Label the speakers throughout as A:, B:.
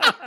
A: That's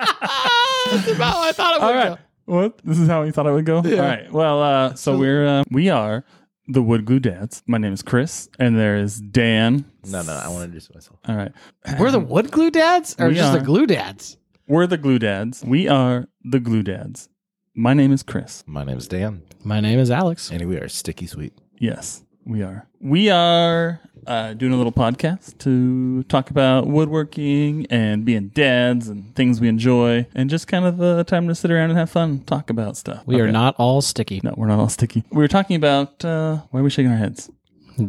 A: about how I thought it would
B: All right. What? This is how you thought it would go? All right. Well, uh, so, we're uh, we are the Wood Glue Dads. My name is Chris, and there is Dan.
A: go. No, no, I want to introduce myself.
B: All right.
A: We're the wood glue dads or
B: We
A: just
B: are.
A: the glue dads?
B: We're the Glue Dads. We are the Glue Dads. My name is Chris.
C: My name's Dan,
A: My name is Alex.
C: and we are Sticky Sweet.
B: Yes, we are. We are uh, doing a little podcast to talk about woodworking and being dads and things we enjoy, and just kind of a time to sit around and have fun, talk about stuff.
A: We are
B: Okay.
A: not all sticky.
B: No, we're not all sticky. We were talking about uh, why are we shaking our heads?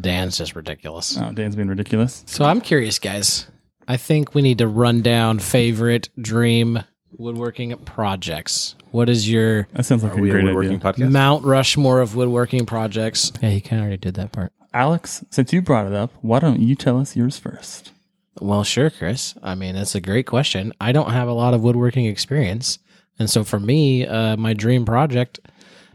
A: Dan's just ridiculous.
B: Oh, Dan's being ridiculous.
A: So I'm curious, guys. I think we need to run down favorite dream woodworking projects. What is your
B: That sounds like
C: Are we
B: a
C: a
B: great
C: woodworking
B: idea.
C: podcast?
A: Mount Rushmore of woodworking projects? Yeah, you kind of already did that part.
B: Alex, since you brought it up, why don't you tell us yours first?
A: Well, sure, Chris. I mean, that's a great question. I don't have a lot of woodworking experience. And so for me, uh, my dream project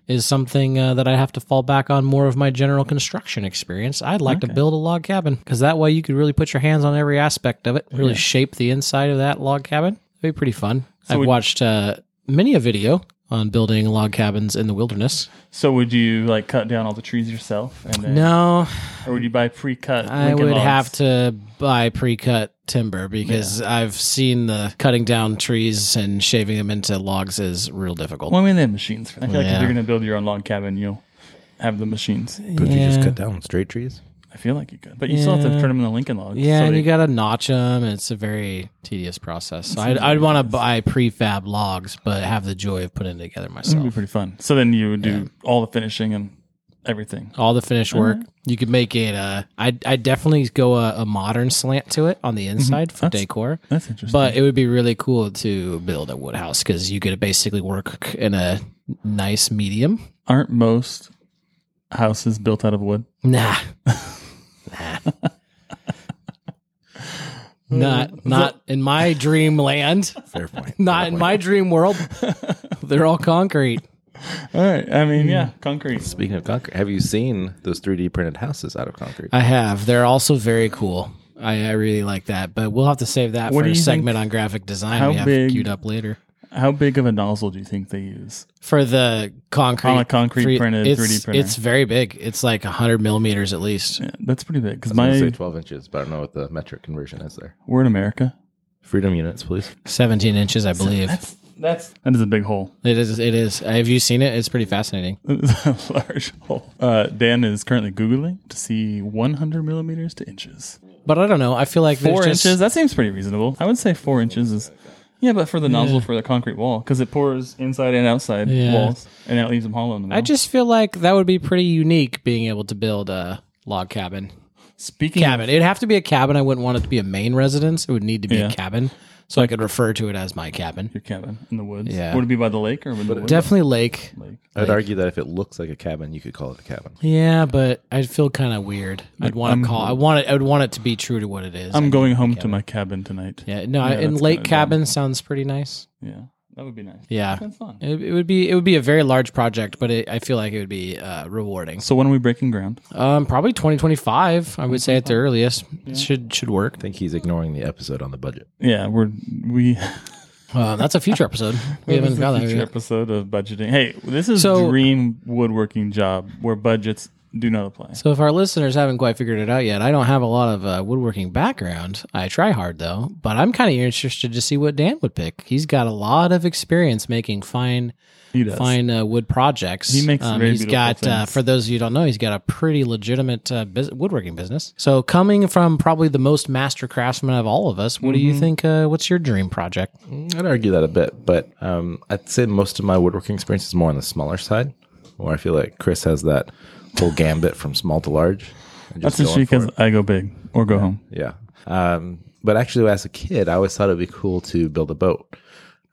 A: is something uh, that I have to fall back on more of my general construction experience. I'd like to build a log cabin because that way you could really put your hands on every aspect of it, really shape the inside of that log cabin. It'd be pretty fun. I've
B: would-
A: watched uh, many a video on building log cabins in the wilderness.
B: So, would you like cut down all the trees yourself, and then,
A: No,
B: or would you buy pre-cut?
A: I
B: Lincoln
A: would
B: logs?
A: have to buy pre-cut timber because I've seen the cutting down trees and shaving them into logs is real difficult.
B: Well, I mean, they have machines for that. I feel like if
A: Yeah.
B: you're going to build your own log cabin, you'll have the machines.
C: Could you
A: Yeah.
C: just cut down straight trees?
B: I feel like you could, but you still have to
A: Yeah.
B: turn them into Lincoln logs.
A: yeah,
B: so
A: and
B: they-
A: you got to notch them. And it's a very tedious process. So I'd, I'd want to buy prefab logs, but have the joy of putting it together
B: that'd be
A: myself.
B: pretty fun. So then you would do all the finishing and everything.
A: All the finished
B: Uh-huh.
A: work. You could make it. Uh, I I definitely go a, a modern slant to it on the inside for
B: Mm-hmm. That's-
A: decor.
B: That's interesting.
A: But it would be really cool to build a wood house because you could basically work in a nice medium.
B: aren't most houses built out of wood?
A: Nah. nah. Not not in my dream land.
C: Fair point.
A: Not in my dream world. They're all concrete.
B: All right. I mean, yeah, concrete.
C: Speaking of concrete, have you seen those 3D printed houses out of concrete?
A: I have. They're also very cool. I, I really like that. But we'll have to save that
B: What
A: for
B: do
A: a
B: you
A: segment on graphic design
B: how
A: we have
B: big-
A: queued up later.
B: How big of a nozzle do you think they use?
A: For the concrete
B: On a concrete printed
A: it's,
B: 3D printer.
A: It's very big. It's like hundred millimeters at least.
B: Yeah, that's pretty big because
C: I was gonna
B: my
C: say 12 inches, but I don't know what the metric conversion is there.
B: we're in America.
C: Freedom units, please.
A: Seventeen inches, I believe.
B: That's that is a big hole.
A: It is it is. Have you seen it? It's pretty fascinating.
B: That is a large hole. Uh, Dan is currently googling to see 100 millimeters to inches.
A: But I don't know. I feel like there's
B: Four
A: just-
B: inches. That seems pretty reasonable. I would say four inches is. Yeah, but for the nozzle for the concrete wall, because it pours inside and outside
A: Yeah.
B: walls, and that leaves them hollow in the wall.
A: I just feel like that would be pretty unique being able to build a log cabin.
B: speaking of-
A: Cabin. It'd have to be a cabin. I wouldn't want it to be a main residence. It would need to be
B: Yeah.
A: a cabin. So I could refer to it as my cabin.
B: your cabin in the woods.
A: Yeah.
B: Would it be by the lake or would the woods?
A: Definitely lake.
B: lake?
C: I'd argue that if it looks like a cabin, you could call it a cabin.
A: Yeah, but I'd feel kind of weird. I'd want
B: I'm-
A: to call. I want it. I would want it to be true to what it is.
B: I'm going home to my cabin tonight.
A: Yeah, no. I, and
B: that's
A: lake
B: kinda dumb.
A: cabin sounds pretty nice.
B: Yeah, that would be nice.
A: Yeah,
B: That's fun.
A: it, it would be. It would be a very large project, but it, I feel like it would be uh, rewarding.
B: So when are we breaking ground?
A: Um, probably 2025. I would say at the earliest should should work.
C: I think he's ignoring the episode on the budget.
B: Yeah, we're we
A: Uh, that's a future episode. We haven't
B: This is
A: got
B: a
A: that
B: future
A: yet.
B: episode of budgeting. Hey, this is
A: So-
B: dream woodworking job where budgets do not apply.
A: So if our listeners haven't quite figured it out yet, I don't have a lot of uh, woodworking background. I try hard though, but I'm kind of interested to see what Dan would pick. He's got a lot of experience making fine
B: he does.
A: fine uh, wood projects.
B: He makes very
A: He's
B: beautiful
A: got uh,
B: things.
A: for those of you who don't know, he's got a pretty legitimate uh, bus- woodworking business. So coming from probably the most master craftsman of all of us, what do
B: Mm-hmm.
A: you think? Uh, what's your dream project?
C: I'd argue that a bit, but um, I'd say most of my woodworking experience is more on the smaller side, where I feel like Chris has that whole gambit from small to large. and
B: That's
C: just
B: just
C: going
B: because
C: for it.
B: I go big or go home.
C: Yeah. Um, but actually, as a kid, I always thought it'd be cool to build a boat.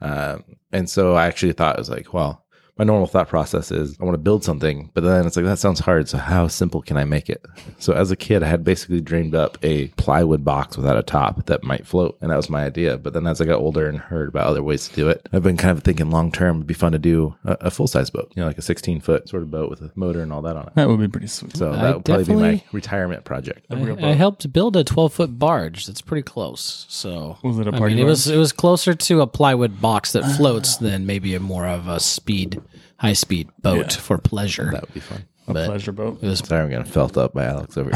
C: Um, and so I actually thought it was like, well, my normal thought process is I want to build something, but then it's like that sounds hard. So how simple can I make it? So as a kid, I had basically dreamed up a plywood box without a top that might float, and that was my idea. But then as I got older and heard about other ways to do it, I've been kind of thinking long term it'd be fun to do a, a full size boat, you know, like a 16 foot sort of boat with a motor and all that on it.
B: That would be pretty sweet.
C: So that would probably be my
A: Hmm. definitely-
C: retirement project.
A: I, I helped build a 12 foot barge. That's pretty close. So
B: Was it a
A: I
B: party
A: mean, it
B: barge? Ah.
A: was it was closer to a plywood box that floats than maybe a more of a speed high speed boat for pleasure.
C: That would be fun.
B: a pleasure boat.
C: Sorry, I'm getting felt up by Alex over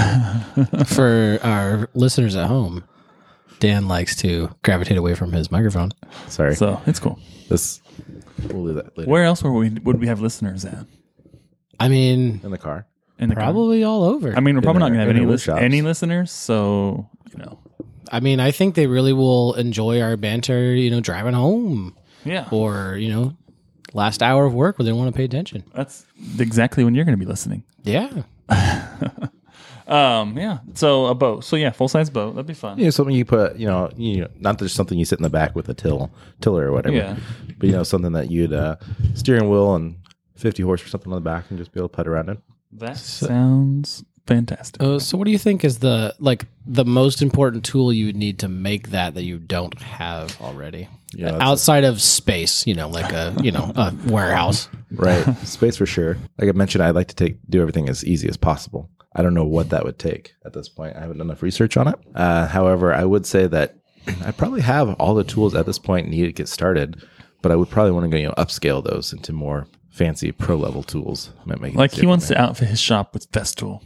C: here.
A: for our listeners at home, Dan likes to gravitate away from his microphone.
C: Sorry.
B: So it's cool.
C: This we'll do that later.
B: Where else were we? Would we have listeners at?
A: I mean,
C: in the car.
B: In the car?
A: probably all over.
B: I mean, we're probably not
C: our-
B: going to have
C: in
B: any
C: our
B: lis-
C: workshops.
B: any listeners. So you know,
A: I mean, I think they really will enjoy our banter, you know, driving home
B: yeah,
A: or, you know, last hour of work where they want to pay attention.
B: that's exactly when you're going to be listening.
A: Yeah.
B: Um, yeah. So a boat. So yeah, full size boat. That'd be fun.
C: You know, something you put, you know, you know, not just something you sit in the back with a till, tiller or whatever.
B: Yeah.
C: But you know, something that you'd uh, steering wheel and fifty horse or something on the back and just be able to putt around in.
B: That sounds fantastic.
C: Oh,
A: Uh, so, what do you think is the like the most important tool you would need to make that that you don't have already?
C: Yeah, that's
A: Outside of space, you know, like a you know a warehouse.
C: Right. Space for sure. Like I mentioned, I'd like to take do everything as easy as possible. I don't know what that would take at this point. I haven't done enough research on it. Uh, however, I would say that I probably have all the tools at this point needed to get started, but I would probably want to go you know, upscale those into more fancy pro level tools. Might make it
B: Like he
C: easier.
B: wants to outfit his shop with Festool.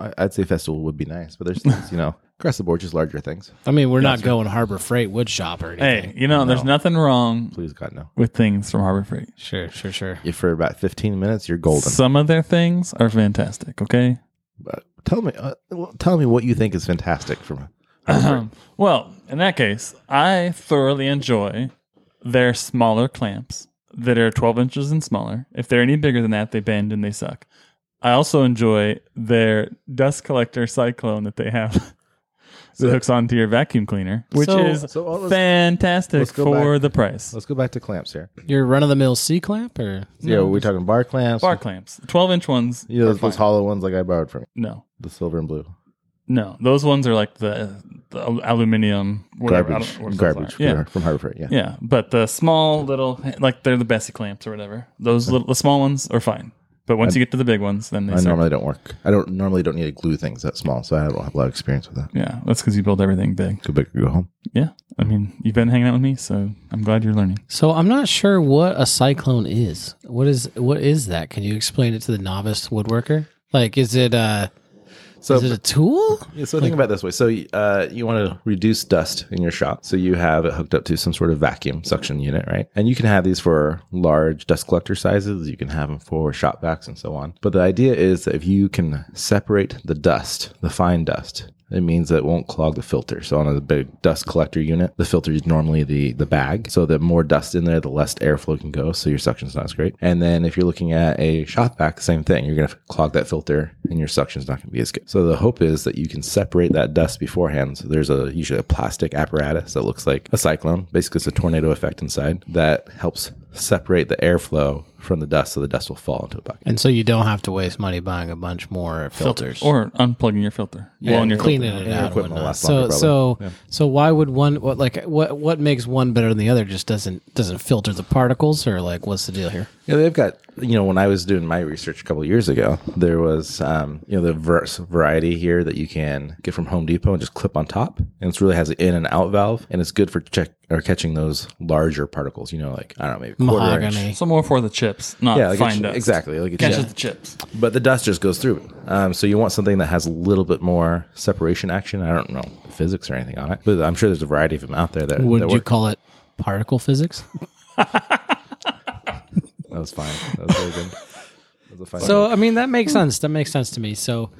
C: I- I'd say festival would be nice, but there's things, you know across the board just larger things.
A: I mean, we're not going Harbor Freight wood shop or anything.
B: Hey, you know, there's nothing wrong
C: Please God no.
B: with things from Harbor Freight.
A: Sure, sure, sure.
C: If for about 15 minutes you're golden.
B: Some of their things are fantastic. Okay.
C: But tell me, uh, well, tell me what you think is fantastic from.
B: Well, in that case, I thoroughly enjoy their smaller clamps that are 12 inches and smaller. If they're any bigger than that, they bend and they suck. I also enjoy their dust collector cyclone that they have that hooks onto your vacuum cleaner, which
A: So-
B: is
C: So, uh, let's-
B: fantastic
C: let's go
B: for
C: back.
B: the price.
C: Let's go back to clamps here.
A: Your run of the mill C clamp or
C: yeah, we're talking bar clamps.
B: Bar clamps, 12 inch ones.
C: You know,
B: are
C: those, those
B: fine.
C: hollow ones like I borrowed from you,
B: no,
C: the silver and blue.
B: no, those ones are like the, the aluminum, whatever. I
C: Garbage.
B: don't- what those
C: Garbage
B: are. Yeah.
C: from- from Harbor Freight. Yeah.
B: Yeah, but the small little like they're the Bessie clamps or whatever. Those little the small ones are fine, but once you get to the big ones, then they
C: I
B: start.
C: normally don't work. I don't normally don't need to glue things that small, so I don't have a lot of experience with that.
B: Yeah, that's because you build everything big.
C: Go big or go home.
B: Yeah, I mean you've been hanging out with me, so I'm glad you're learning.
A: So I'm not sure what a cyclone is. What is what is that? Can you explain it to the novice woodworker? Like, is it uh
C: So
A: is it a tool?
C: Yeah, so think about it this way. So uh, you want to reduce dust in your shop. So you have it hooked up to some sort of vacuum suction unit, right? And you can have these for large dust collector sizes. You can have them for shop vacs and so on. But the idea is that if you can separate the dust, the fine dust, it means that it won't clog the filter. So on a big dust collector unit, the filter is normally the the bag. So the more dust in there, the less airflow can go. So your suction's not as great. And then if you're looking at a shop vac, same thing. You're gonna clog that filter, and your suction's not gonna be as good. So the hope is that you can separate that dust beforehand. So there's a usually a plastic apparatus that looks like a cyclone. Basically, it's a tornado effect inside that helps separate the airflow from the dust, so the dust will fall into a bucket.
A: And so you don't have to waste money buying a bunch more filters
B: Or unplugging your filter. Yeah, your
A: cleaning
B: filter.
A: it
C: Yeah,
A: out. and
C: equipment will
A: whatnot.
C: last
A: so
C: longer
A: so so why would one what like what what makes one better than the other? Just doesn't doesn't filter the particles or like what's the deal here?
C: Yeah, they've got you know when I was doing my research a couple of years ago, there was um, you know the verse variety here that you can get from Home Depot and just clip on top, and it's really has an in and out valve, and it's good for check or catching those larger particles. You know, like I don't know, maybe quarter inch.
A: Mahogany.
B: Some more for the chips, not
C: Yeah, like
B: fine
C: it's-
B: dust.
C: exactly, like it's-
B: catches
C: yeah.
B: the chips.
C: But the dust just goes through. Um, so you want something that has a little bit more separation action. I don't know physics or anything on it, but I'm sure there's a variety of them out there that
A: Would
C: that,
A: you
C: work.
A: call it particle physics?
C: that was fine. That was very good. That was a fine
A: So I mean that
C: Hmm.
A: makes sense. That makes sense to me. So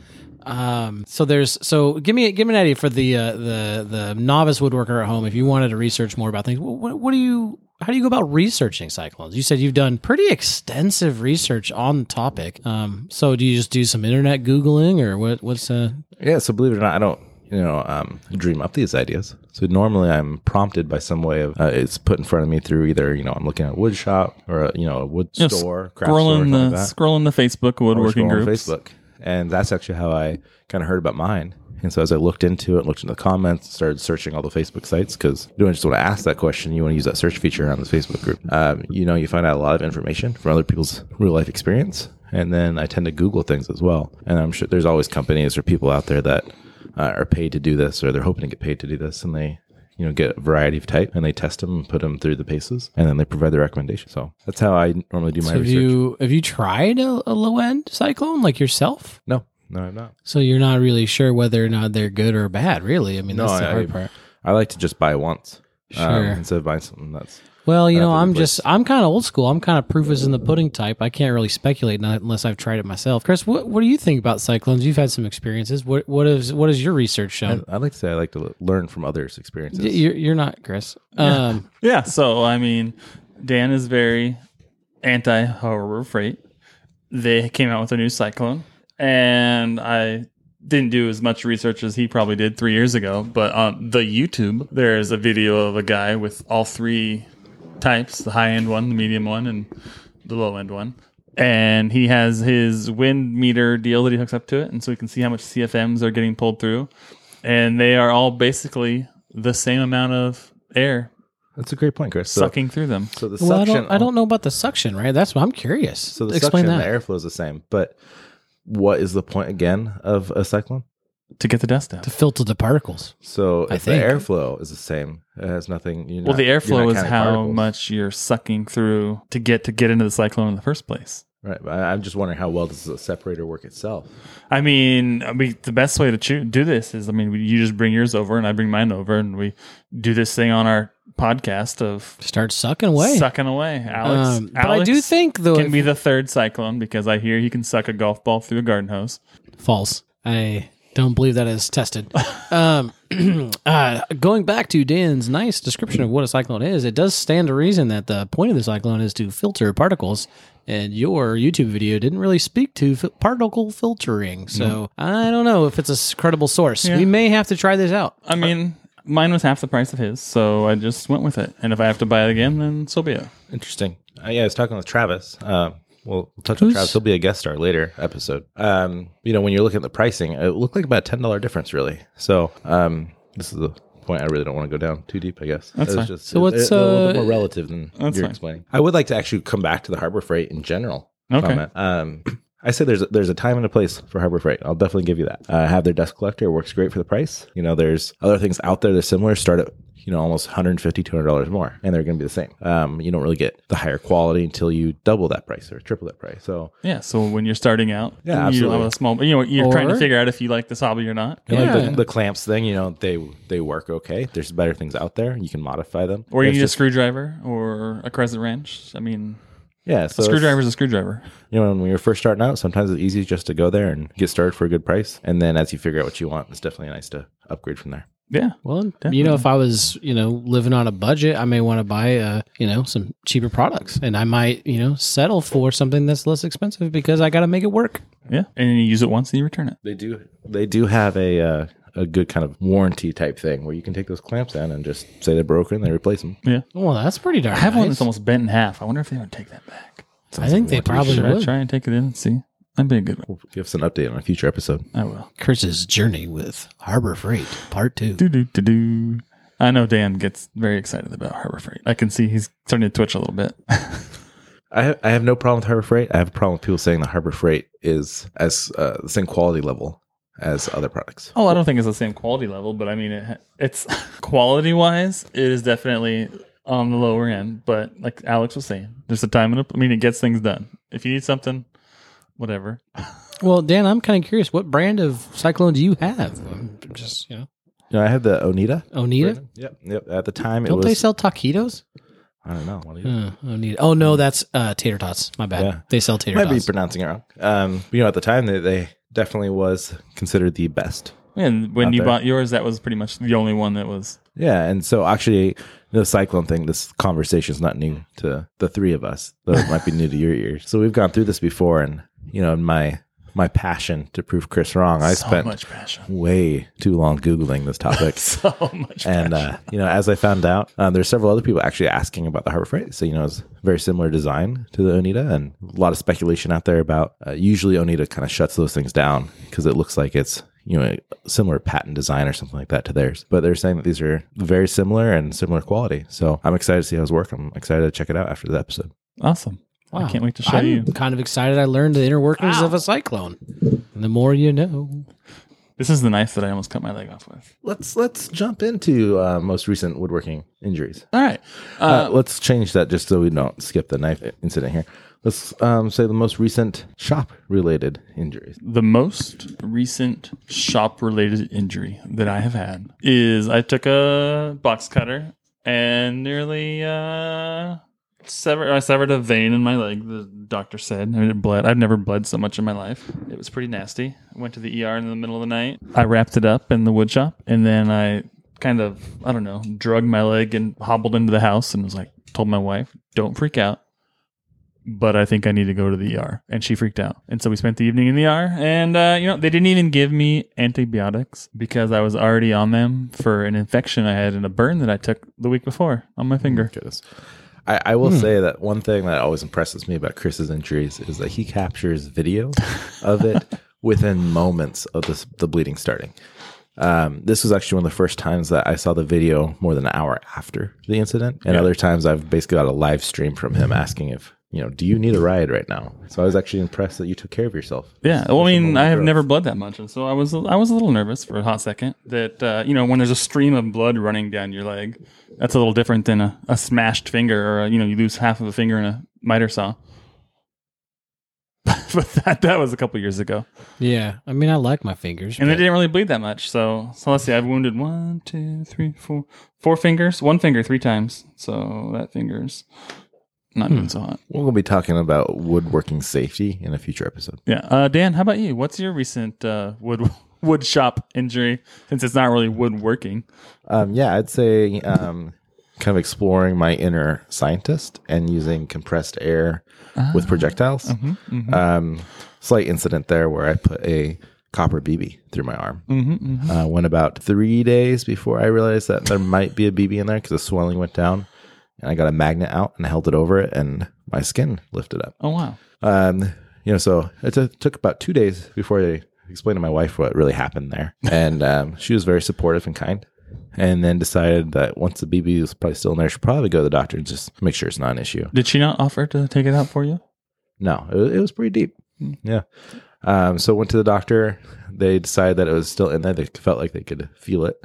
A: um so there's so give me give me an idea for the uh, the the novice woodworker at home if you wanted to research more about things. What, what do you how do you go about researching cyclones? You said you've done pretty extensive research on the topic. Um so do you just do some internet googling or what what's uh
C: Yeah, so believe it or not, I don't, you know, um, dream up these ideas. So normally I'm prompted by some way of uh, it's put in front of me through either you know I'm looking at a wood shop or a, you know a wood
B: You know,
C: store, craft store,
B: scrolling
C: something
B: the
C: like that.
B: scrolling the Facebook
C: or
B: woodworking
C: scroll on
B: groups.
C: Facebook. And that's actually how I kind of heard about mine. And so as I looked into it, looked into the comments, started searching all the Facebook sites because you don't just want to ask that question. You want to use that search feature on the Facebook group. Um, you know, you find out a lot of information from other people's real life experience. And then I tend to Google things as well. And I'm sure there's always companies or people out there that uh, are paid to do this or they're hoping to get paid to do this. And they, you know, get a variety of type and they test them and put them through the paces and then they provide the recommendation. So that's how I normally do my
A: Have
C: research.
A: you have you tried a, a low end cyclone like yourself?
C: no, no, I'm not.
A: So you're not really sure whether or not they're good or bad, really. I mean,
C: No,
A: that's the
C: I-
A: hard
C: I-
A: part.
C: I like to just buy once um,
A: Sure.
C: instead of buying something that's.
A: Well, you
C: I
A: know,
C: have to
A: I'm
C: replace-
A: just I'm kind of old school. I'm kind of proof is in the pudding type. I can't really speculate not- unless I've tried it myself. Chris, what what do you think about cyclones? You've had some experiences. What what is what has your research
C: I,
A: shown?
C: I like to say I like to l- learn from others' experiences.
A: Y- You're, you're not Chris. Um,
B: Yeah, so I mean, Dan is very anti Harbor Freight. They came out with a new Cyclone, and I didn't do as much research as he probably did three years ago. But on the YouTube, there is a video of a guy with all three types: the high end one, the medium one, and the low end one. And he has his wind meter deal that he hooks up to it, and so he can see how much CFMs are getting pulled through. And they are all basically the same amount of air
C: That's a great point, Chris. So,
B: sucking through them.
C: So the
A: well, I
C: suction.
A: don't I don't know about the suction, right? That's what I'm curious.
C: So the
A: Explain
C: suction,
A: that.
C: and the airflow is the same, but what is the point again of a cyclone?
B: to get the dust out.
A: to filter the particles.
C: So
A: I
C: if the
A: think.
C: airflow is the same, it has nothing. You're
B: Well,
C: not-
B: the
C: you're
B: airflow
C: not
B: is
C: counting
B: how
C: particles.
B: much you're sucking through to get to get into the cyclone in the first place.
C: Right. But I, I'm just wondering how well does the separator work itself?
B: I mean, we, the best way to choo- do this is, I mean, we, you just bring yours over and I bring mine over, and we do this thing on our podcast of
A: Start sucking away.
B: sucking away. Alex,
A: Um, but I do
B: Alex
A: think though
B: can
A: if-
B: be the third cyclone because I hear he can suck a golf ball through a garden hose.
A: False. I don't believe that is tested. um, uh, going back to Dan's nice description of what a cyclone is, it does stand to reason that the point of the cyclone is to filter particles. And your YouTube video didn't really speak to fi- particle filtering. So I don't know if it's a s- credible source. We may have to try this out.
B: I mean, mine was half the price of his, so I just went with it. And if I have to buy it again, then so be it.
C: Interesting. Uh, yeah, I was talking with Travis. Um, we'll we'll touch on
A: Who's-
C: Travis. He'll be a guest star later episode. Um, you know, when you're looking at the pricing, it looked like about a ten dollar difference, really. So um, this is the point I really don't want to go down too deep. I guess that's
B: fine.
C: Just,
A: So what's,
C: a little bit
A: uh,
C: more relative than you're
B: fine.
C: explaining? I would like to actually come back to the harbor freight in general.
B: Okay.
C: comment. Um, I say there's a, there's a time and a place for Harbor Freight. I'll definitely give you that. Uh, have their desk collector works great for the price. You know, there's other things out there that are similar. Start at you know almost 150 200 dollars more, and they're going to be the same. Um, you don't really get the higher quality until you double that price or triple that price. So
B: Yeah, so when you're starting out,
C: Yeah,
B: you
C: absolutely.
B: have a small, you know, you're trying to
A: Or-
B: figure out if you like this hobby or not,
C: and like
A: Yeah.
C: the, the clamps thing, you know, they they work okay. There's better things out there. You can modify them.
B: or you
C: It's
B: need a screwdriver or a crescent wrench. I mean,
C: yeah. So
B: a
C: it's-
B: screwdriver is a screwdriver.
C: You know, when you're first starting out, sometimes it's easy just to go there and get started for a good price, and then as you figure out what you want, it's definitely nice to upgrade from there.
B: Yeah,
A: Well, you know, if I was, you know, living on a budget, I may want to buy, uh, you know, some cheaper products and I might, you know, settle for something that's less expensive because I got to make it work.
B: yeah, and you use it once and you return it.
C: They do. They do have a uh, a good kind of warranty type thing where you can take those clamps in and just say they're broken, they replace them.
B: Yeah,
A: Well, that's pretty darn
B: I have one
A: nice.
B: that's almost bent in half. I wonder if they would take that back.
A: I think they probably
B: Should I
A: would.
B: try and take it in and see? That'd be a good one.
C: We'll give us an update on a future episode.
B: I will.
A: Kurtz's journey with Harbor Freight, part two.
B: Do do do do. I know Dan gets very excited about Harbor Freight. I can see he's starting to twitch a little bit.
C: I have, I have no problem with Harbor Freight. I have a problem with people saying that Harbor Freight is as uh, the same quality level as other products.
B: Oh, I don't think it's the same quality level, but I mean, it, it's quality wise, it is definitely on the lower end. But like Alex was saying, there's a time and a, I mean, it gets things done. If you need something, whatever.
A: Well, Dan, I'm kind of curious. What brand of Cyclone do you have? I'm just, you know,
C: You know, I had the Onita.
A: Onita.
C: Yep, yep. At the time, it
A: Don't
C: was.
A: they sell taquitos?
C: I don't know. What do you-
A: Uh, Onita. Oh no, that's uh, tater tots. My bad.
C: Yeah.
A: They sell tater
C: Might be
A: tots.
C: pronouncing it wrong. Um, you know, at the time, they, they definitely was considered the best.
B: And when you
C: there.
B: bought yours, that was pretty much the only one that was.
C: Yeah, and so actually, the cyclone thing, this conversation is not new to the three of us, though it might be new to your ear. So we've gone through this before, and you know, in my my passion to prove Chris wrong. I
B: so
C: spent
B: much passion.
C: way too long googling this topic.
B: So much passion.
C: And uh, you know, as I found out, uh, there's several other people actually asking about the Harbor Freight. So you know, it's very similar design to the Oneida, and a lot of speculation out there about. Uh, usually, Oneida kind of shuts those things down because it looks like it's you know a similar patent design or something like that to theirs. But they're saying that these are very similar and similar quality. So I'm excited to see how it's working. I'm excited to check it out after the episode.
B: awesome. I can't wait to show
A: I'm
B: you.
A: kind of excited. I learned the inner workings of a cyclone. The more you know.
B: This is the knife that I almost cut my leg off with.
C: Let's let's jump into uh, most recent woodworking injuries.
B: All right. Uh,
C: Uh, let's change that just so we don't skip the knife incident here. Let's um, say the most recent shop related injuries.
B: the most recent shop related injury that I have had is I took a box cutter and nearly uh severed I severed a vein in my leg, the doctor said. I it bled I've never bled so much in my life. It was pretty nasty. I went to the ER in the middle of the night. I wrapped it up in the wood shop and then I kind of I don't know, drugged my leg and hobbled into the house and was like told my wife, Don't freak out but I think I need to go to the ER. And she freaked out. And so we spent the evening in the ER. And, uh, you know, they didn't even give me antibiotics because I was already on them for an infection I had and a burn that I took the week before on my finger.
C: Goodness. I, I will say that one thing that always impresses me about Chris's injuries is that he captures video of it within moments of this, the bleeding starting. Um, this was actually one of the first times that I saw the video more than an hour after the incident. And other times I've basically got a live stream from him asking if, you know, do you need a ride right now? So I was actually impressed that you took care of yourself.
B: Yeah, well, I mean, I have
C: growth.
B: never bled that much, and so I was I was a little nervous for a hot second. That uh, you know, when there's a stream of blood running down your leg, that's a little different than a, a smashed finger, or a, you know, you lose half of a finger in a miter saw. but that that was a couple years ago.
A: Yeah. I mean, I like my fingers.
B: And it
A: but-
B: didn't really bleed that much. So, so let's see. I've wounded one, two, three, four, four fingers. One finger three times. So that finger's not doing so hot.
C: We're going to be talking about woodworking safety in a future episode.
B: Yeah. Uh, Dan, how about you? What's your recent uh, wood wood shop injury? Since it's not really woodworking.
C: Um, yeah, I'd say um, kind of exploring my inner scientist and using compressed air with projectiles. Um, slight incident there where I put a copper BB through my arm. Uh, went about three days before I realized that there might be a BB in there because the swelling went down. And I got a magnet out and held it over it, and my skin lifted up.
B: Oh wow.
C: Um, you know, so it t- took about two days before I explained to my wife what really happened there, and um, she was very supportive and kind. And then decided that once the BB was probably still in there, she should probably go to the doctor and just make sure it's not an issue.
B: Did she not offer to take it out for you?
C: No, it, wa- it was pretty deep. Yeah. Um, so went to the doctor. They decided that it was still in there. They felt like they could feel it,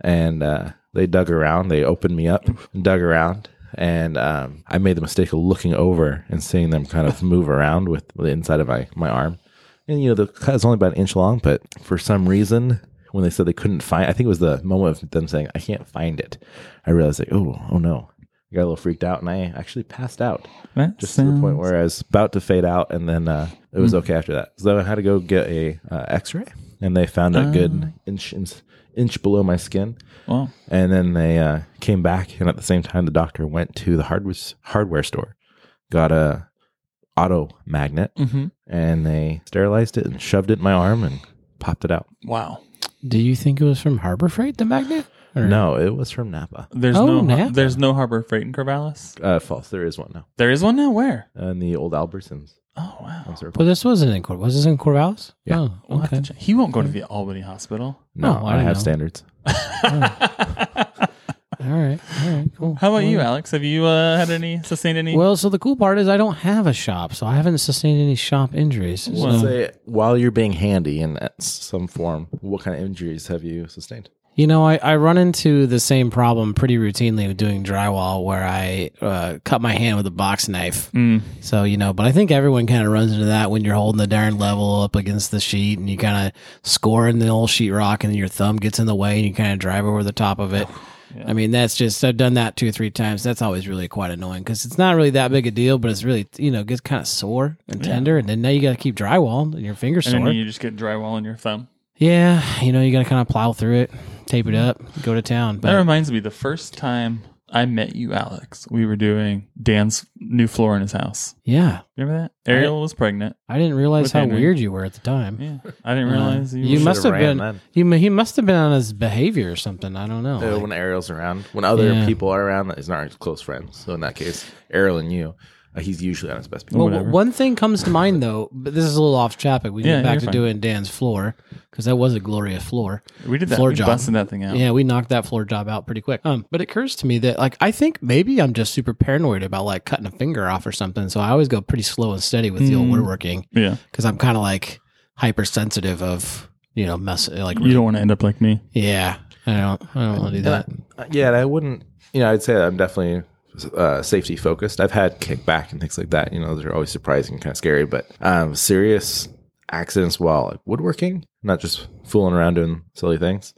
C: and uh, they dug around. They opened me up, and dug around, and um, I made the mistake of looking over and seeing them kind of move around with the inside of my my arm. And you know, the cut is only about an inch long, but for some reason, when they said they couldn't find, I think it was the moment of them saying, "I can't find it." I realized, like, oh, oh no. I got a little freaked out, and I actually passed out
B: That
C: just to the point
B: sounds-
C: where I was about to fade out, and then uh, it
A: Hmm.
C: was okay after that. So then I had to go get a uh, X-ray, and they found a
A: Ah.
C: good inch inch- inch below my skin.
B: Wow.
C: And then they uh, came back, and at the same time, the doctor went to the hardware hardware store, got a auto magnet,
A: Mm-hmm.
C: and they sterilized it and shoved it in my arm and popped it out.
B: Wow.
A: Do you think it was from Harbor Freight, the magnet? Or-
C: No, it was from Napa.
B: There's
A: Oh,
B: no
A: Napa.
B: there's no Harbor Freight in Corvallis.
C: Uh, false. There is one now,
B: There is one now. Where?
C: and the old Albertsons.
B: Oh wow.
A: But this wasn't in Cor. Was this in Corvallis?
C: Yeah.
A: Oh,
B: We'll have to
A: okay.
B: check. He won't go to the Albany Hospital.
C: No,
A: Oh, I
C: I, have
A: know.
C: standards.
A: All right. All right. Cool.
B: How about you, Alex? Have you uh, had any sustained any?
A: Well, so the cool part is I don't have a shop, so I haven't sustained any shop injuries.
C: Let's
A: So,
C: say while you're being handy in that s- some form, what kind of injuries have you sustained?
A: you know, I, I run into the same problem pretty routinely with doing drywall where I uh, cut my hand with a box knife.
B: Mm.
A: So, you know, but I think everyone kind of runs into that when you're holding the darn level up against the sheet and you kind of score in the old sheetrock and then your thumb gets in the way and you kind of drive over the top of it. I mean, that's just, I've done that two or three times. That's always really quite annoying because it's not really that big a deal, but it's really, you know, gets kind of sore and tender. And then now you got to keep drywall and your finger's
B: and
A: sore.
B: then you just get drywall in your thumb.
A: yeah. You know, you got to kind of plow through it, tape it up, go to town.
B: That
A: But
B: reminds me, the first time I met you, Alex. We were doing Dan's new floor in his house.
A: Yeah.
B: Remember that? Ariel was pregnant.
A: I didn't realize
B: With
A: how
B: Henry.
A: weird you were at the time.
B: Yeah, I didn't realize you.
A: Uh, you
B: were-
A: must have
C: Should've ran
A: been
C: then.
A: you mu- he must have been on his behavior or something. I don't know.
C: Uh,
A: Oh, Like,
C: when Ariel's around, when other
A: Yeah.
C: people are around, that is not his close friends. So in that case, Ariel and you, uh, he's usually on his best behavior.
A: well,
B: whatever.
A: one thing comes to mind though, but this is a little off topic. We
B: Yeah,
A: went back
B: you're
A: to
B: fine.
A: doing Dan's floor because that was a glorious floor.
B: we did that.
A: floor
B: we
A: job.
B: busted that thing out.
A: Yeah, we knocked that floor job out pretty quick. Um, but it occurs to me that like I think maybe I'm just super paranoid about like cutting a finger off or something. So I always go pretty slow and steady with
B: Mm.
A: the old woodworking
B: yeah.
A: because I'm kind of like hypersensitive of you know mess like
B: You don't want to end up like me.
A: yeah. I don't I don't want to do that.
C: Uh, yeah, and I wouldn't. You know, I'd say I'm definitely uh, safety focused. I've had kickback and things like that. You know, those are always surprising, kind of scary, but um, serious accidents while like woodworking, not just fooling around doing silly things,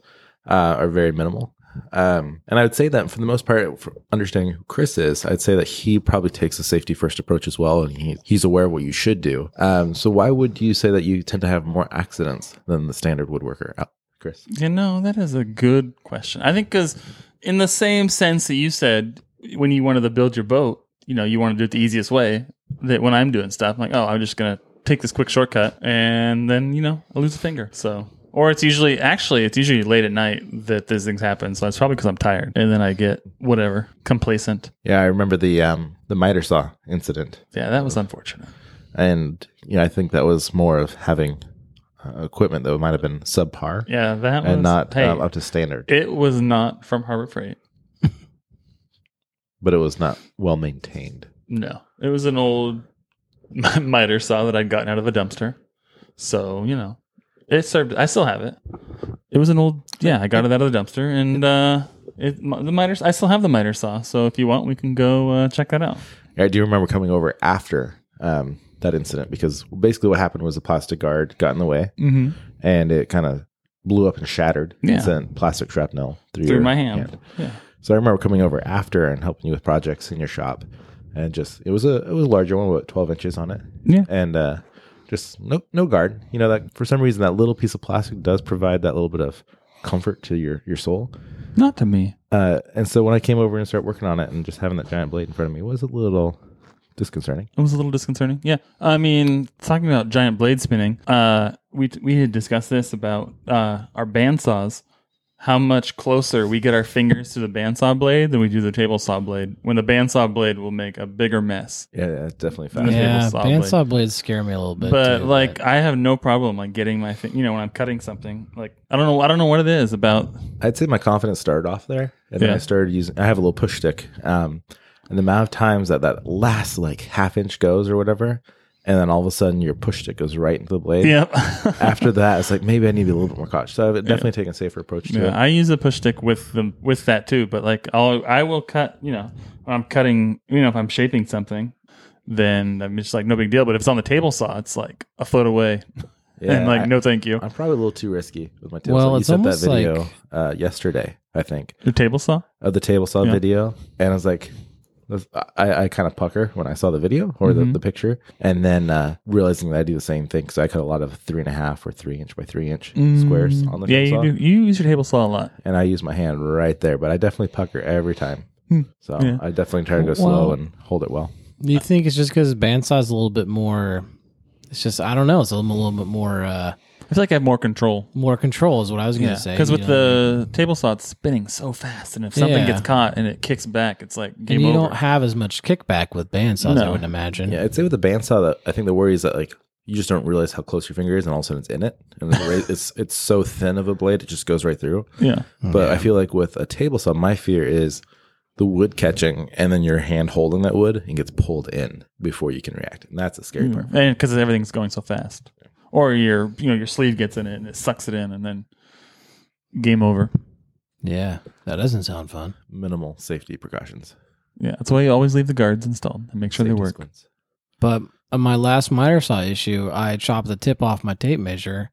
C: uh, are very minimal. Um, and I would say that for the most part, for understanding who Chris is, I'd say that he probably takes a safety first approach as well, and he, he's aware of what you should do. Um, so why would you say that you tend to have more accidents than the standard woodworker, Al- Chris?
B: You know, that is a good question. I think because, in the same sense that you said, when you wanted to build your boat, you know, you want to do it the easiest way. That when I'm doing stuff, I'm like, oh, I'm just gonna take this quick shortcut, and then you know, I lose a finger. So, or it's usually actually it's usually late at night that these things happen. So it's probably because I'm tired, and then I get whatever complacent.
C: Yeah, I remember the um, the miter saw incident.
B: Yeah, that was unfortunate.
C: and you know, I think that was more of having uh, equipment that might have been subpar
B: Yeah, that was
C: and not
B: hey,
C: um, up to standard,
B: it was not from Harbor Freight.
C: but it was not well maintained.
B: No, it was an old miter saw that I'd gotten out of a dumpster. So you know, it served. I still have it. It was an old. Yeah, I got it out of the dumpster, and uh, it m- the miter. I still have the miter saw. So if you want, we can go uh, check that out.
C: I do remember coming over after um, that incident because basically what happened was the plastic guard got in the way
B: Mm-hmm.
C: and it kind of blew up and shattered
B: Yeah.
C: and sent plastic shrapnel through,
B: Through
C: your
B: my hand. Yeah.
C: So I remember coming over after and helping you with projects in your shop, and just it was a it was a larger one, about twelve inches on it.
B: Yeah.
C: and uh, just no no guard. You know that for some reason that little piece of plastic does provide that little bit of comfort to your your soul.
B: Not to me.
C: Uh, and so when I came over and started working on it, and just having that giant blade in front of me was a little disconcerting.
B: It was a little disconcerting. Yeah, I mean, talking about giant blade spinning, uh, we we had discussed this about uh, our bandsaws. How much closer we get our fingers to the bandsaw blade than we do the table saw blade. When the bandsaw blade will make a bigger mess.
C: Yeah, yeah definitely
B: Yeah.
C: fast.
A: Yeah,
B: saw blade.
A: bandsaw blades scare me a little bit.
B: But
A: too,
B: like, I have no problem like getting my thing. You know, when I'm cutting something, like I don't know, I don't know what it is about.
C: I'd say my confidence started off there, and then
B: Yeah.
C: I started using. I have a little push stick, um, and the amount of times that that last like half inch goes or whatever, and then all of a sudden your push stick goes right into the blade.
B: Yep.
C: After that, it's like maybe I need to be a little bit more cautious. So I've definitely taken a safer approach to
B: Yeah,
C: it.
B: I use a push stick with the with that too, but like I'll I will cut, you know, when I'm cutting, you know, if I'm shaping something, then I'm just like no big deal. But if it's on the table saw, it's like a foot away.
C: Yeah,
B: and like
C: I-
B: no thank you.
C: I'm probably a little too risky with my table.
A: Well,
C: saw. you
A: it's
C: sent that
A: almost like-
C: video uh, yesterday, I think,
B: The table saw?
C: of the table saw
B: Yeah.
C: video, and I was like. this- I, I kind of pucker when I saw the video or
B: Mm-hmm.
C: the, the picture, and then uh, realizing that I do the same thing because I cut a lot of three and a half or three inch by three inch squares on the
B: Mm. Yeah,
C: table
B: you
C: saw.
B: do you use your table saw a lot.
C: and I use my hand right there, but I definitely pucker every time. So
B: Hmm. Yeah.
C: I definitely try to go slow
A: Well-
C: and hold it well.
A: Do you think it's just because bandsaw's a little bit more? It's just I don't know. It's a little, a little bit more uh,
B: I feel like I have more control.
A: more control is what I was gonna
B: Yeah.
A: say.
B: Because
A: you
B: with
A: know?
B: the table saw it's spinning so fast and if something
A: Yeah.
B: gets caught and it kicks back, it's like
A: and
B: game
A: you
B: over.
A: don't have as much kickback with bandsaws. I
B: No.
A: wouldn't imagine.
C: Yeah, I'd say with the bandsaw, that I think the worry is that like you just don't realize how close your finger is, and all of a sudden it's in it, and it's ra- it's it's so thin of a blade it just goes right through.
B: yeah.
C: But I feel like with a table saw, my fear is the wood catching, and then your hand holding that wood and gets pulled in before you can react, and that's the scary part.
B: and because everything's going so fast, or your you know your sleeve gets in it and it sucks it in, and then game over.
A: Yeah, that doesn't sound fun.
C: Minimal safety precautions.
B: Yeah, that's why you always leave the guards installed and make sure
C: Safety
B: they work.
C: squints.
A: uh, But on my last miter saw issue, I chopped the tip off my tape measure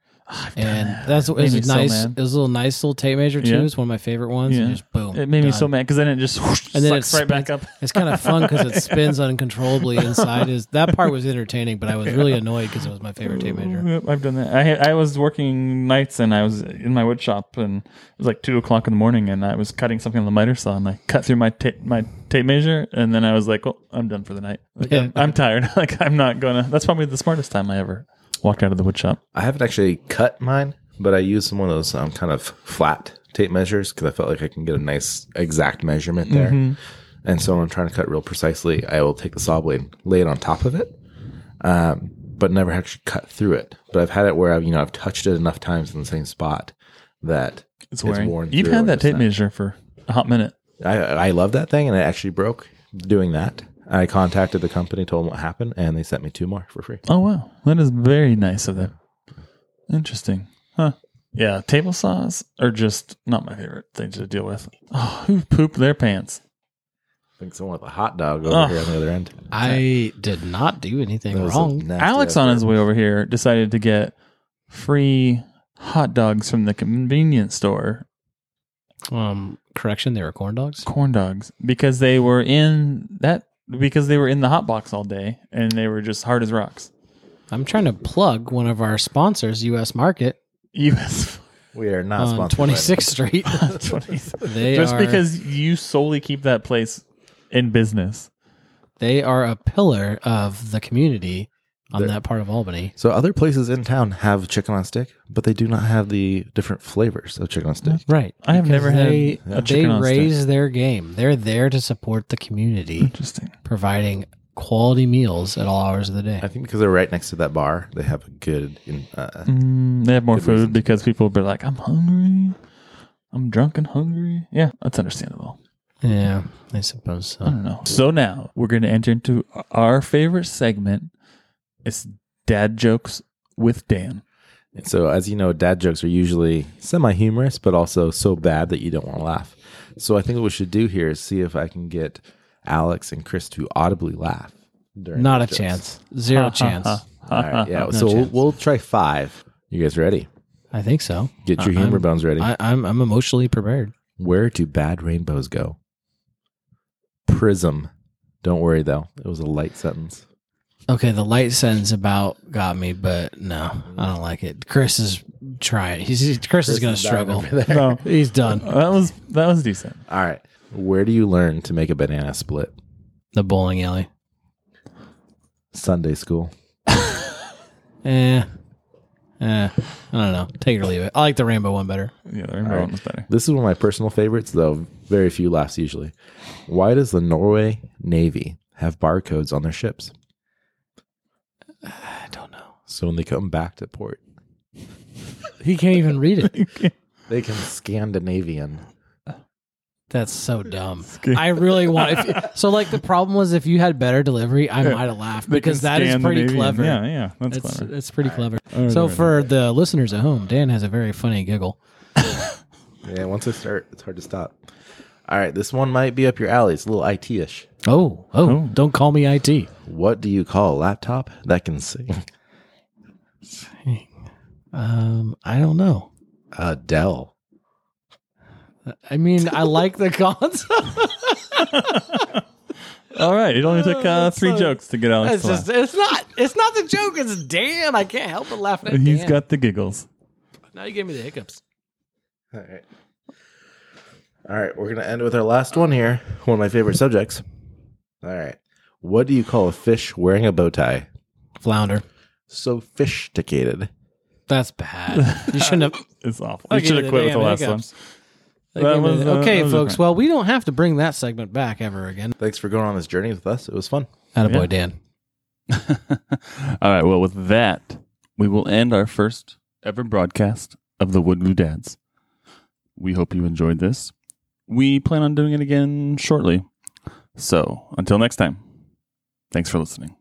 A: and that's what it was
B: Made
A: a
B: me so
A: nice.
B: mad.
A: it was a little nice little tape measure too.
B: Yeah.
A: It's one of my favorite ones.
B: Yeah.
A: And just boom.
B: It made me so
A: done.
B: mad because then it just whoosh,
A: And then
B: sucks
A: it
B: right back up.
A: It's kind of fun because it spins uncontrollably inside. Is that part was entertaining, but I was really annoyed because it was my favorite tape measure.
B: Yep, I've done that. I had- I was working nights and I was in my wood shop and it was like two o'clock in the morning and I was cutting something on the miter saw and I cut through my tape my tape measure and then I was like, well, I'm done for the night. Like, I'm, I'm tired. like I'm not gonna. That's probably the smartest time I ever walked out of the wood shop.
C: I haven't actually cut mine, but I used some of those um, kind of flat tape measures because I felt like I can get a nice exact measurement there.
B: Mm-hmm.
C: And so when I'm trying to cut real precisely, I will take the saw blade, and lay it on top of it, um, but never actually cut through it. But I've had it where I've you know I've touched it enough times in the same spot that
B: It's wearing.
C: worn
B: You've
C: through
B: had
C: and
B: that
C: it's
B: tape
C: not-
B: measure for a hot minute.
C: I, I love that thing, and it actually broke doing that. I contacted the company, told them what happened, and they sent me two more for free.
B: Oh wow, that is very nice of them. Interesting, huh? Yeah, table saws are just not my favorite thing to deal with. Oh, who pooped their pants?
C: I think someone with a hot dog over
B: Ugh.
C: here on the other end.
A: I did not do anything
C: That was a
A: wrong.
C: nasty
B: Alex
C: effort.
B: on his way over here decided to get free hot dogs from the convenience store,
A: Um, correction, they were corn dogs.
B: corn dogs, because they were in that because they were in the hot box all day and they were just hard as rocks.
A: I'm trying to plug one of our sponsors, U.S. Market,
B: US
C: We are not
A: on
C: sponsored. by them.
A: 26th Street.
B: 20s.
A: they
B: Just
A: are,
B: because you solely keep that place in business.
A: they are a pillar of the community on
C: They're-
A: that part of Albany.
C: So other places in town have chicken on stick, but they do not have the different flavors of chicken on stick.
A: Right.
B: I have never had
A: they,
B: a
A: they
B: chicken on stick.
A: raise their game. They're there to support the community,
B: Interesting.
A: providing quality meals at all hours of the day.
C: I think because they're right next to that bar, they have a good. in- Uh,
B: Mm, they have more
C: Good
B: food
C: reason.
B: because people be like, I'm hungry. I'm drunk and hungry. Yeah, that's understandable.
A: Yeah, I suppose so.
B: I don't know. So now we're going to enter into our favorite segment. It's dad jokes with Dan.
C: so as you know, dad jokes are usually semi-humorous, but also so bad that you don't want to laugh. So I think what we should do here is see if I can get Alex and Chris to audibly laugh. During
A: Not a
C: those jokes.
A: chance. Zero chance.
C: All right, yeah.
A: No
C: so we'll,
A: chance.
C: we'll try five. You guys ready?
A: I think so.
C: Get your
A: I-
C: humor
A: I'm-
C: bones ready.
A: I, I'm I'm emotionally prepared.
C: Where do bad rainbows go? Prism. Don't worry though. It was a light sentence.
A: Okay, the light sentence about got me, but no, I don't like it. Chris is trying. He's, he's- Chris, is going to struggle.
B: No.
A: He's done.
B: That was that was decent.
C: All right. Where do you learn to make a banana split?
A: The bowling alley.
C: Sunday school.
A: Eh. Eh. I don't know. Take it or leave it. I like the rainbow one better.
B: Yeah, the rainbow one was better.
C: This is one of my personal favorites, though very few laughs usually. Why does the Norway Navy have barcodes on their ships?
A: I don't know.
C: So when they come back to port,
A: He can't even read it.
C: they can Scandinavian.
A: That's so dumb. I really want. If, so, like, the problem was if you had better delivery, I might have laughed because that is pretty clever.
B: Yeah, yeah, that's
A: It's,
B: clever.
A: it's pretty clever. So for the listeners at home, Dan has a very funny giggle.
C: Yeah, once I start, it's hard to stop. All right, this one might be up your alley. It's a little IT ish.
A: Oh, oh, don't call me IT.
C: What do you call a laptop that can sing?
A: Um, I don't know.
C: A Dell.
A: I mean, I like the concept.
B: All right, it only took
A: Oh,
B: uh, three jokes to get Alex
A: It's
B: to laugh.
A: just, it's not, it's not the joke. It's Dan. I can't help but laugh at
B: He's
A: Dan.
B: got the giggles.
A: now you gave me the hiccups.
C: All right. All right, we're going to end with our last one here. One of my favorite subjects. All right. What do you call a fish wearing a bow tie?
A: Flounder.
C: So fisticated.
A: That's bad. You shouldn't have.
B: It's awful.
A: I
B: You
A: give you
B: should have
A: the
B: quit with the
A: damn
B: last one.
A: hiccups.
B: That was, uh,
A: okay,
B: that was
A: folks.
B: different.
A: Well, we don't have to bring that segment back ever again.
C: Thanks for going on this journey with us. It was fun.
A: Attaboy, boy, Dan.
B: All right. Well, with that, we will end our first ever broadcast of the Woodloo Dads. We hope you enjoyed this. We plan on doing it again shortly. So until next time, thanks for listening.